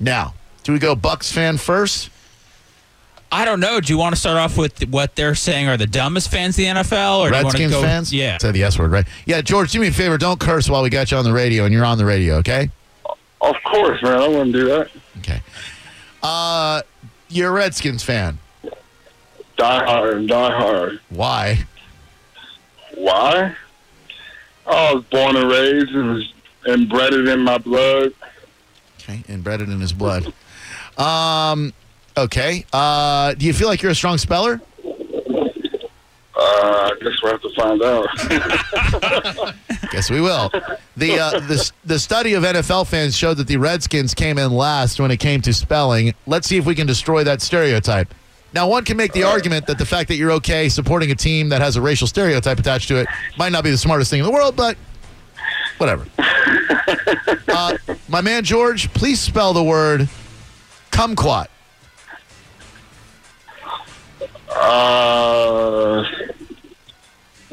Now, do we go Bucks fan first? I don't know. Do you want to start off with what they're saying are the dumbest fans in the NFL, or do you Redskins want to go? fans? Yeah. Say the S word, right? Yeah, George, do me a favor. Don't curse while we got you on the radio, and you're on the radio, okay? Of course, man. I wouldn't do that. Okay. Uh, you're a Redskins fan. Die hard, die hard. Why? Why? I was born and raised and was and bred it in my blood. Okay, inbred in his blood. Um, okay. Uh, do you feel like you're a strong speller? Uh, I guess we'll have to find out. Yes, we will. The uh, the the study of NFL fans showed that the Redskins came in last when it came to spelling. Let's see if we can destroy that stereotype. Now, one can make the argument that the fact that you're okay supporting a team that has a racial stereotype attached to it might not be the smartest thing in the world, but whatever. Uh, my man George, please spell the word kumquat. uh,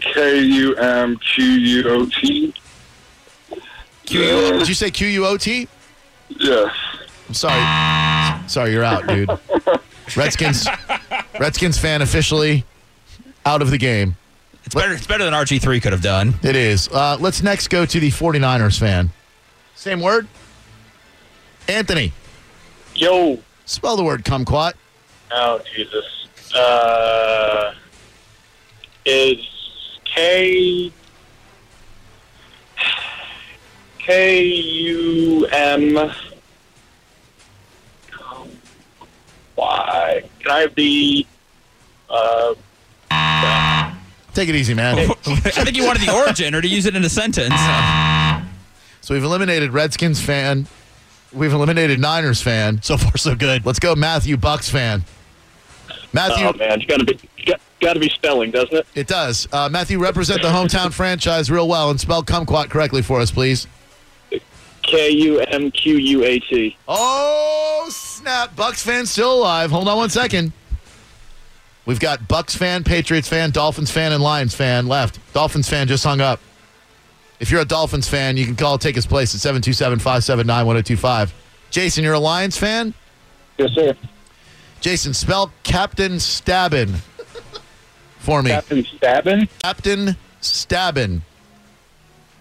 K U M Q U O T. Did you say Q U O T? Yes. I'm sorry. Sorry, you're out, dude. Redskins, Redskins fan officially out of the game. It's better. It's better than RG three could have done. It is. Uh, let's next go to the 49ers fan. Same word. Anthony, Yo. spell the word kumquat. Oh Jesus. Uh, is K K U M Y? Can I be? Uh, Take it easy, man. I think you wanted the origin or to use it in a sentence. So we've eliminated Redskins fan. We've eliminated Niners fan. So far, so good. Let's go Matthew Bucks fan. Matthew, oh man, it's got to be got, got to be spelling, doesn't it? it does. Uh, Matthew, represent the hometown franchise real well and spell kumquat correctly for us, please. K U M Q U A T. Oh snap! Bucks fan still alive. Hold on one second. We've got Bucks fan, Patriots fan, Dolphins fan, and Lions fan left. Dolphins fan just hung up. If you're a Dolphins fan, you can call Take His Place at 727 579 1025. Jason, you're a Lions fan? Yes, sir. Jason, spell Captain Stabbin for me. Captain Stabbin. Captain Stabbin.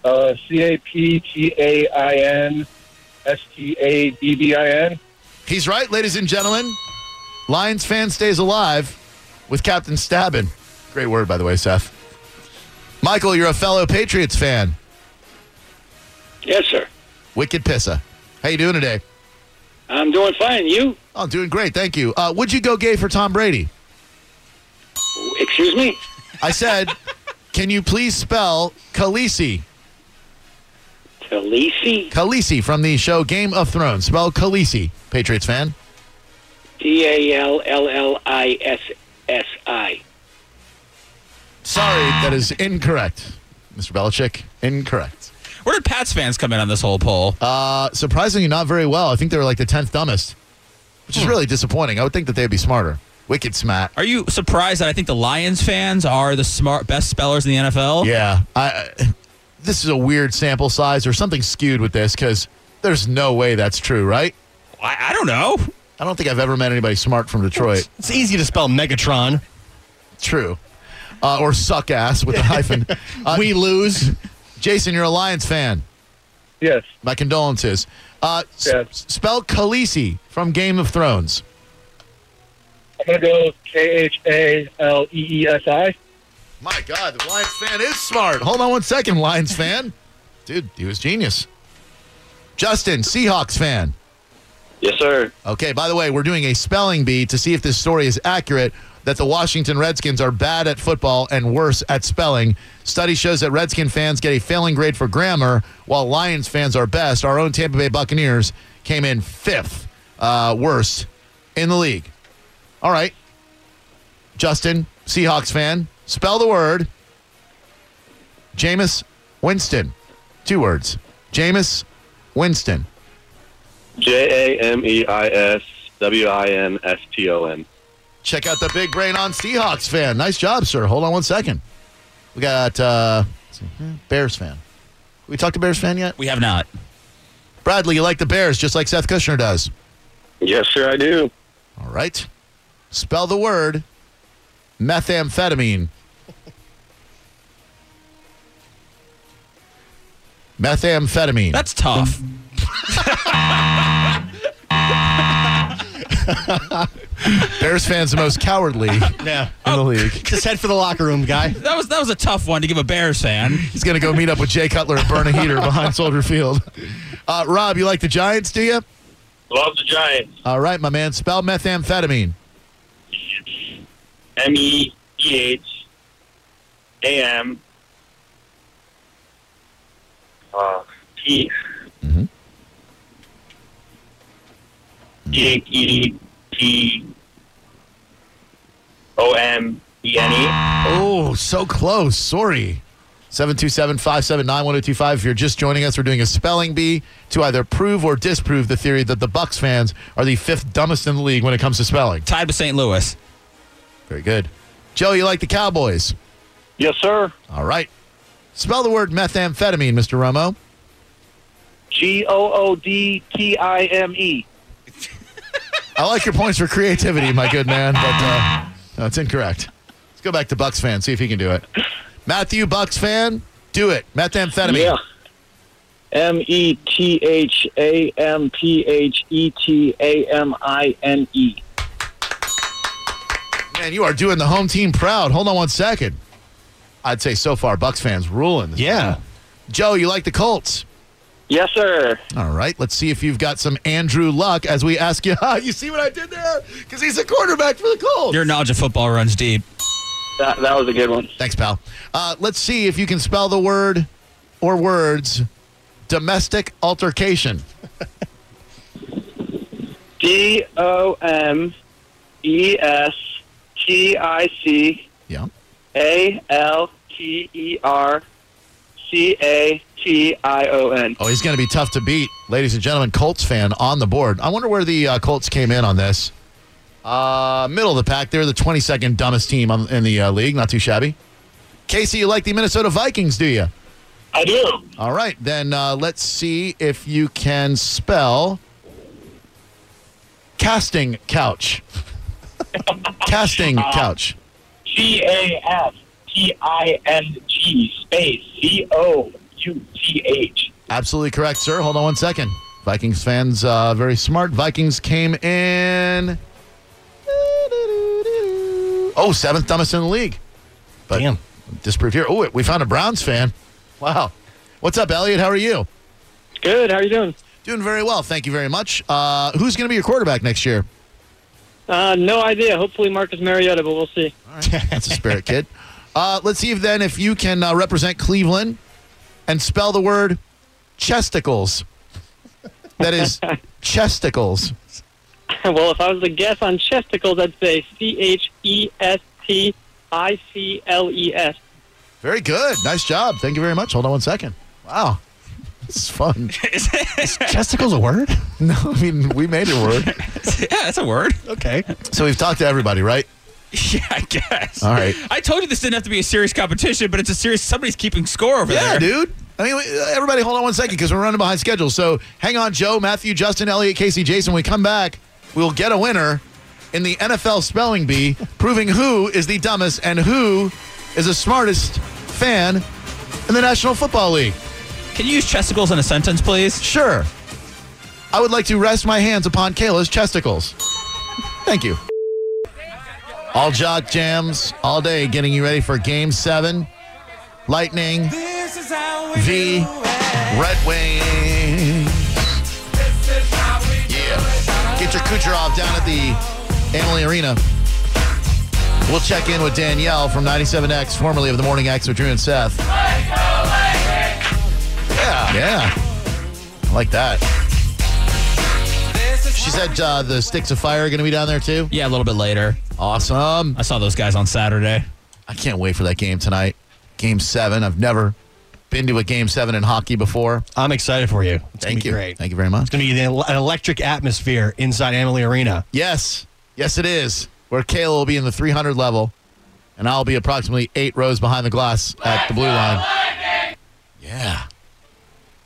Uh, C A P T A I N S T A B B I N. He's right, ladies and gentlemen. Lions fan stays alive with Captain Stabbin. Great word, by the way, Seth. Michael, you're a fellow Patriots fan. Yes, sir. Wicked Pissa. How you doing today? I'm doing fine. You? Oh, doing great, thank you. Uh, would you go gay for Tom Brady? Excuse me? I said, can you please spell Khaleesi? Talisi? Khaleesi from the show Game of Thrones. Spell Khaleesi, Patriots fan. D A L L L I S S I. Sorry, that is incorrect. Mr. Belichick, incorrect. Where did Pats fans come in on this whole poll? Uh, surprisingly, not very well. I think they were like the tenth dumbest, which Hmm. is really disappointing. I would think that they'd be smarter. Wicked smart. Are you surprised that I think the Lions fans are the smart best spellers in the NFL? Yeah, I, I- this is a weird sample size or something skewed with this because there's no way that's true, right? I, I don't know. I don't think I've ever met anybody smart from Detroit. It's easy to spell Megatron. True, uh, or suck ass with a hyphen. Uh, we lose. Jason, you're a Lions fan. Yes. My condolences. Uh, s- Yes. spell Khaleesi from Game of Thrones. I'm going to go K H A L E E S I. My God, the Lions fan is smart. Hold on one second, Lions fan. Dude, he was genius. Justin, Seahawks fan. Yes, sir. Okay, by the way, we're doing a spelling bee to see if this story is accurate that the Washington Redskins are bad at football and worse at spelling. Study shows that Redskin fans get a failing grade for grammar, while Lions fans are best. Our own Tampa Bay Buccaneers came in fifth uh, worst in the league. All right. Justin, Seahawks fan, spell the word Jameis Winston. Two words. Jameis Winston. J A M E I S W I N S T O N. Check out the big brain on Seahawks fan. Nice job, sir. Hold on one second. We got uh, let's see. Hmm, Bears fan. We talked to Bears fan yet? We have not. Bradley, you like the Bears just like Seth Kushner does. Yes, sir, I do. All right. Spell the word methamphetamine. Methamphetamine. That's tough. Bears fans the most cowardly in Yeah. the league. Just head for the locker room, guy. That was that was a tough one to give a Bears fan. He's going to go meet up with Jay Cutler and burn a heater behind Soldier Field. Uh, Rob, you like the Giants, do you? Love the Giants. All right, my man. Spell methamphetamine. M E E H A M uh, T J E T O M E N E. Oh, so close. Sorry. 727-579-1025. If you're just joining us, we're doing a spelling bee to either prove or disprove the theory that the Bucks fans are the fifth dumbest in the league when it comes to spelling. Tied with St. Louis. Very good. Joe, you like the Cowboys? Yes, sir. All right. Spell the word methamphetamine, Mr. Romo. G O O D T I M E. I like your points for creativity, my good man, but uh, no, it's incorrect. Let's go back to Bucks fan, see if he can do it. Matthew, Bucks fan, do it. Methamphetamine. Yeah. M E T H A M P H E T A M I N E. Man, you are doing the home team proud. Hold on one second. I'd say so far, Bucks fans ruling. this. Yeah. Joe, you like the Colts? Yes, sir. All right, let's see if you've got some Andrew luck as we ask you. you see what I did there? Because he's a quarterback for the Colts. Your knowledge of football runs deep. That, that was a good one. Thanks, pal. Uh, let's see if you can spell the word or words domestic altercation. D O M E S T I C Yeah. A L T E R C A T I O N. Oh, he's going to be tough to beat. Ladies and gentlemen, Colts fan on the board. I wonder where the uh, Colts came in on this. Uh, middle of the pack. They're the 22nd dumbest team on, in the uh, league. Not too shabby. Casey, you like the Minnesota Vikings, do you? I do. All right, then uh, let's see if you can spell casting couch. casting couch. C A S T I N G space C O U T H. Absolutely correct, sir. Hold on one second. Vikings fans, uh, very smart. Vikings came in. Oh, seventh dumbest in the league. But Damn. disproved here. Oh, we found a Browns fan. Wow. What's up, Elliot? How are you? Good. How are you doing? Doing very well. Thank you very much. Uh, who's going to be your quarterback next year? Uh, no idea. Hopefully, Marcus Mariota, but we'll see. That's a spirit kid. Uh, let's see if then if you can uh, represent Cleveland and spell the word chesticles. That is chesticles. well, if I was to guess on chesticles, I'd say C H E S T I C L E S. Very good. Nice job. Thank you very much. Hold on one second. Wow. This is fun. Chesticle's a word? No, I mean, we made it work. yeah, that's a word. Okay. So we've talked to everybody, right? Yeah, I guess. All right. I told you this didn't have to be a serious competition, but it's a serious. Somebody's keeping score over Yeah, there. dude. I mean, we- everybody, hold on one second because we're running behind schedule. So hang on, Joe, Matthew, Justin, Elliot, Casey, Jason. When we come back, we'll get a winner in the NFL spelling bee, proving who is the dumbest and who is the smartest fan in the National Football League. Can you use chesticles in a sentence, please? Sure. I would like to rest my hands upon Kayla's chesticles. Thank you. All jock jams all day, getting you ready for game seven. Lightning v. Red Wings. Yeah. Get your Kucherov down at the Amalie Arena. We'll check in with Danielle from 97X, formerly of the Morning X with Drew and Seth. Yeah. Yeah. I like that. She said uh, the Sticks of Fire are going to be down there too. Yeah, a little bit later. Awesome. I saw those guys on Saturday. I can't wait for that game tonight. Game seven. I've never been to a game seven in hockey before. I'm excited for you. It's gonna Thank be you. Great. Thank you very much. It's going to be the- an electric atmosphere inside Amalie Arena. Yes. Yes, it is. Where Kayla will be in the 300 level, and I'll be approximately eight rows behind the glass at the blue line. Yeah.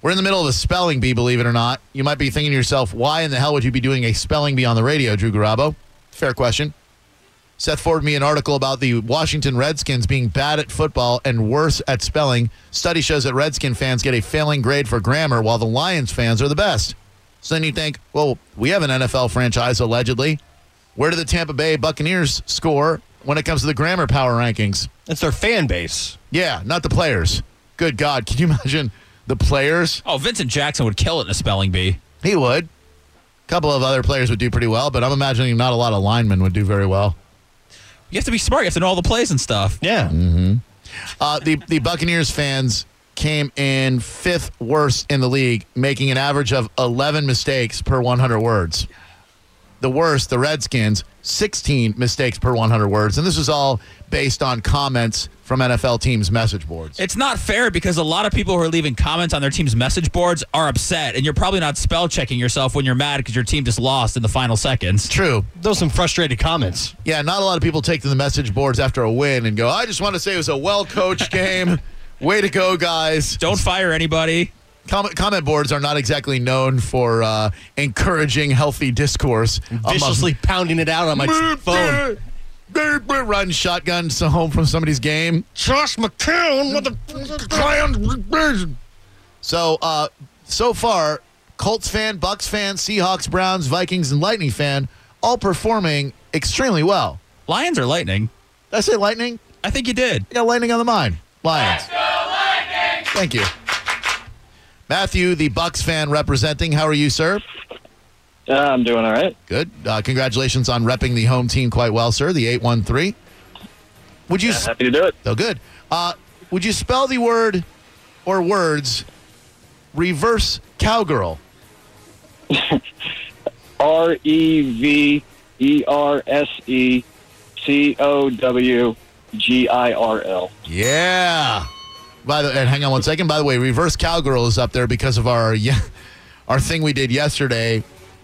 We're in the middle of a spelling bee, believe it or not. You might be thinking to yourself, why in the hell would you be doing a spelling bee on the radio, Drew Garabo? Fair question. Seth forwarded me an article about the Washington Redskins being bad at football and worse at spelling. Study shows that Redskin fans get a failing grade for grammar, while the Lions fans are the best. So then you think, well, we have an NFL franchise allegedly. Where do the Tampa Bay Buccaneers score when it comes to the grammar power rankings? That's their fan base. Yeah, not the players. Good God, can you imagine the players? Oh, Vincent Jackson would kill it in a spelling bee. He would. A couple of other players would do pretty well, but I'm imagining not a lot of linemen would do very well. You have to be smart. You have to know all the plays and stuff. Yeah. Uh, the the Buccaneers fans came in fifth worst in the league, making an average of 11 mistakes per 100 words. The worst, the Redskins, 16 mistakes per 100 words, and this is all based on comments from NFL teams' message boards. It's not fair because a lot of people who are leaving comments on their team's message boards are upset, and you're probably not spell checking yourself when you're mad because your team just lost in the final seconds. True. Those some frustrated comments. Yeah, not a lot of people take to the message boards after a win and go, I just want to say it was a well coached game. Way to go, guys. Don't fire anybody. Comment, comment boards are not exactly known for uh, encouraging healthy discourse. among- Viciously pounding it out on my phone. Run shotgun so- home from somebody's game. Josh McCown with So, uh, so far, Colts fan, Bucks fan, Seahawks, Browns, Vikings, and Lightning fan all performing extremely well. Lions are lightning. Did I say Lightning? I think you did. I got lightning on the mind. Lions. Thank you. Matthew, the Bucks fan representing. How are you, sir? Uh, I'm doing all right. Good. Uh, congratulations on repping the home team quite well, sir. The eight one three. Would you? Happy to do it. Oh, good. Uh, would you spell the word or words reverse cowgirl? R E V E R S E C O W G I R L. Yeah. By the and hang on one second. By the way, reverse cowgirl is up there because of our yeah, our thing we did yesterday,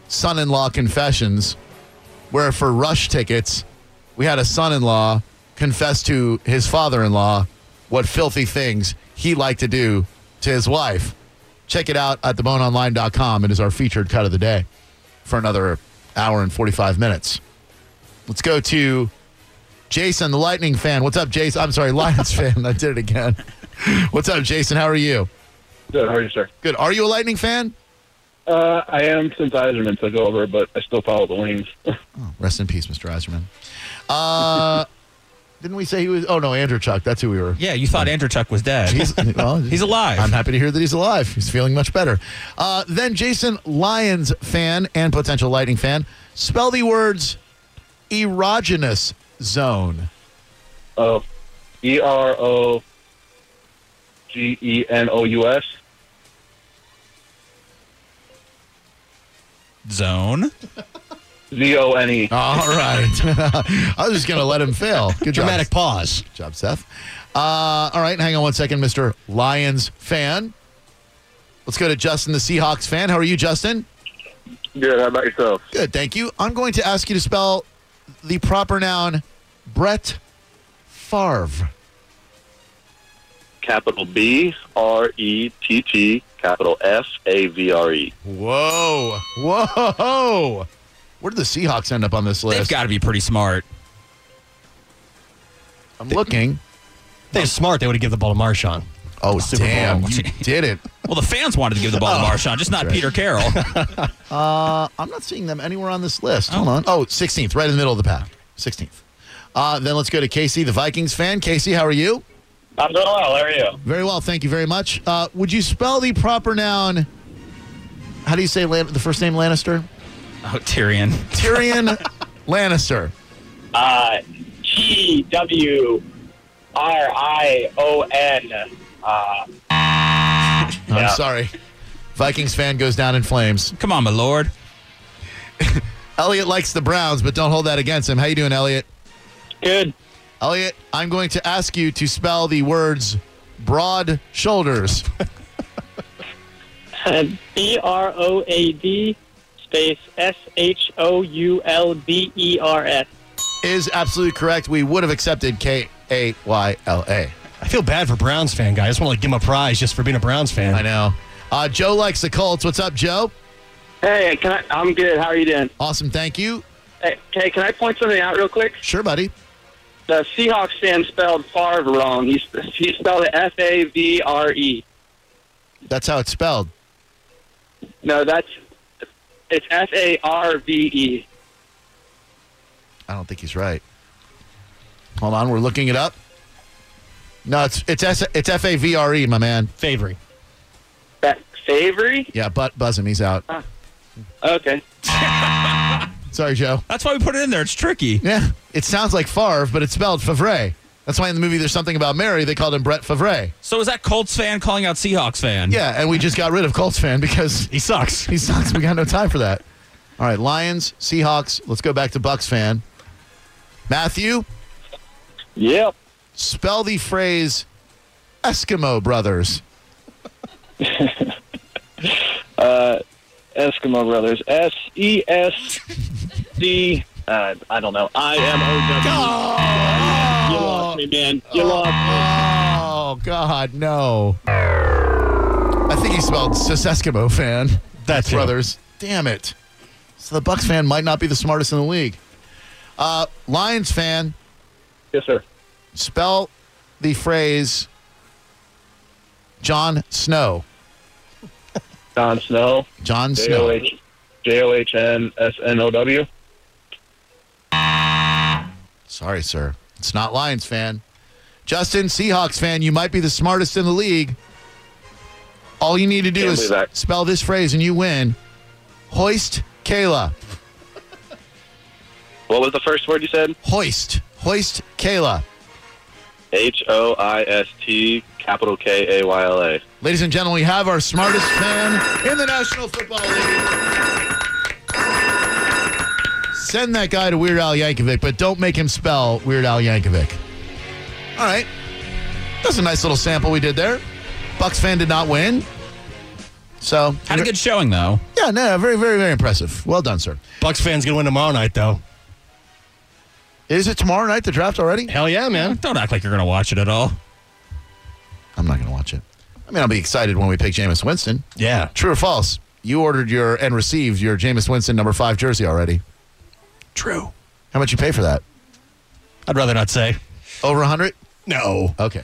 son-in-law confessions, where for rush tickets, we had a son-in-law confess to his father-in-law what filthy things he liked to do to his wife. Check it out at theboneonline.com. It is our featured cut of the day for another hour and 45 minutes. Let's go to Jason, the Lightning fan. What's up, Jason? I'm sorry, Lions fan. I did it again. What's up, Jason? How are you? Good. How are you, sir? Good. Are you a Lightning fan? Uh, I am since Eiserman took over, but I still follow the Wings. Oh, Rest in peace, Mr. Eiserman. Uh, didn't we say he was? Oh no, Andrew Chuck. That's who we were. Yeah, you thought Andrew Chuck was dead. He's, well, He's alive. I'm happy to hear that he's alive. He's feeling much better. Uh, then Jason, Lions fan and potential Lightning fan, spell the words erogenous zone. Oh, E R O G E N O U S. Zone. Z O N E. All right. I was just going to let him fail. Good job. Dramatic pause. Good job, Seth. Uh, all right, hang on one second, Mr. Lions fan. Let's go to Justin, the Seahawks fan. How are you, Justin? Good. How about yourself? Good, thank you. I'm going to ask you to spell the proper noun Brett Favre. Capital B R E T T, capital F A V R E. Whoa. Whoa. Where did the Seahawks end up on this They've list? got to be pretty smart. I'm looking. They were smart. They would have given the ball to Marshawn. Oh, Super damn. Bowl. You did it. Well, the fans wanted to give the ball to Marshawn, just not Oh, right. Peter Carroll. Uh, I'm not seeing them anywhere on this list. Hold on. Oh, 16th, right in the middle of the pack. 16th. Uh, then let's go to Casey, the Vikings fan. Casey, how are you? I'm doing well. How are you? Very well, thank you very much. Uh, would you spell the proper noun? How do you say Lan- the first name Lannister? oh, Tyrion. Tyrion Lannister. Uh, G W R I O N. Uh, I'm Yeah. sorry. Vikings fan goes down in flames. Come on, my lord. Elliot likes the Browns, but don't hold that against him. How you doing, Elliot? good. Elliot, I'm going to ask you to spell the words broad shoulders. Uh, B R O A D space S H O U L D E R S. Is absolutely correct. We would have accepted K A Y L A. I feel bad for Browns fan guy. I just want to like, give him a prize just for being a Browns fan. I know. Uh, Uh, Joe likes the Colts. What's up, Joe? Hey, can I? I'm good. How are you doing? Awesome. Thank you. Hey, hey, can I point something out real quick? Sure, buddy. The Seahawks fan spelled Favre wrong. He, sp- he spelled it F A V R E. That's how it's spelled. No, that's it's F A R V E. I don't think he's right. Hold on, we're looking it up. No, it's it's S, it's F A V R E, my man. Favoring. That Savory? Yeah, but buzz him. He's out. Okay. Sorry, Joe. That's why we put it in there. It's tricky. Yeah, it sounds like Favre, but it's spelled Favre. That's why in the movie there's something about Mary. They called him Brett Favre. So is that Colts fan calling out Seahawks fan? Yeah, and we just got rid of Colts fan because He sucks. he sucks. We got no time for that. All right, Lions, Seahawks. Let's go back to Bucks fan. Matthew, Yep. spell the phrase Eskimo brothers. Eskimo Brothers. S E S D. Uh, I don't know. I M O W. You lost me, man. You lost. Oh God, no! I think he spelled Sis Eskimo fan. That's it. brothers. Damn it! So the Bucks fan might not be the smartest in the league. Uh, Lions fan, Yes, sir. spell the phrase John Snow. Don Snow. John J O Snow. H J O H N S N O W. Sorry, sir. It's not Lions fan. Justin, Seahawks fan, you might be the smartest in the league. All you need to do Can't is believe that. spell this phrase and you win. Hoist Kayla. What was the first word you said? Hoist. Hoist Kayla. H O I S T capital K A Y L A. Ladies and gentlemen, we have our smartest fan in the National Football League. Send that guy to Weird Al Yankovic, but don't make him spell Weird Al Yankovic. All right. That's a nice little sample we did there. Bucks fan did not win. So, Had a good showing though. yeah, no, very, very, very impressive. Well done, sir. Bucks fans gonna win tomorrow night though. Is it tomorrow night, the draft already? Hell yeah, man. Don't act like you're gonna watch it at all. I'm not going to watch it. I mean, I'll be excited when we pick Jameis Winston. Yeah. True or false? You ordered your and received your Jameis Winston number five jersey already. True. How much you pay for that? I'd rather not say. Over a hundred? No. Okay.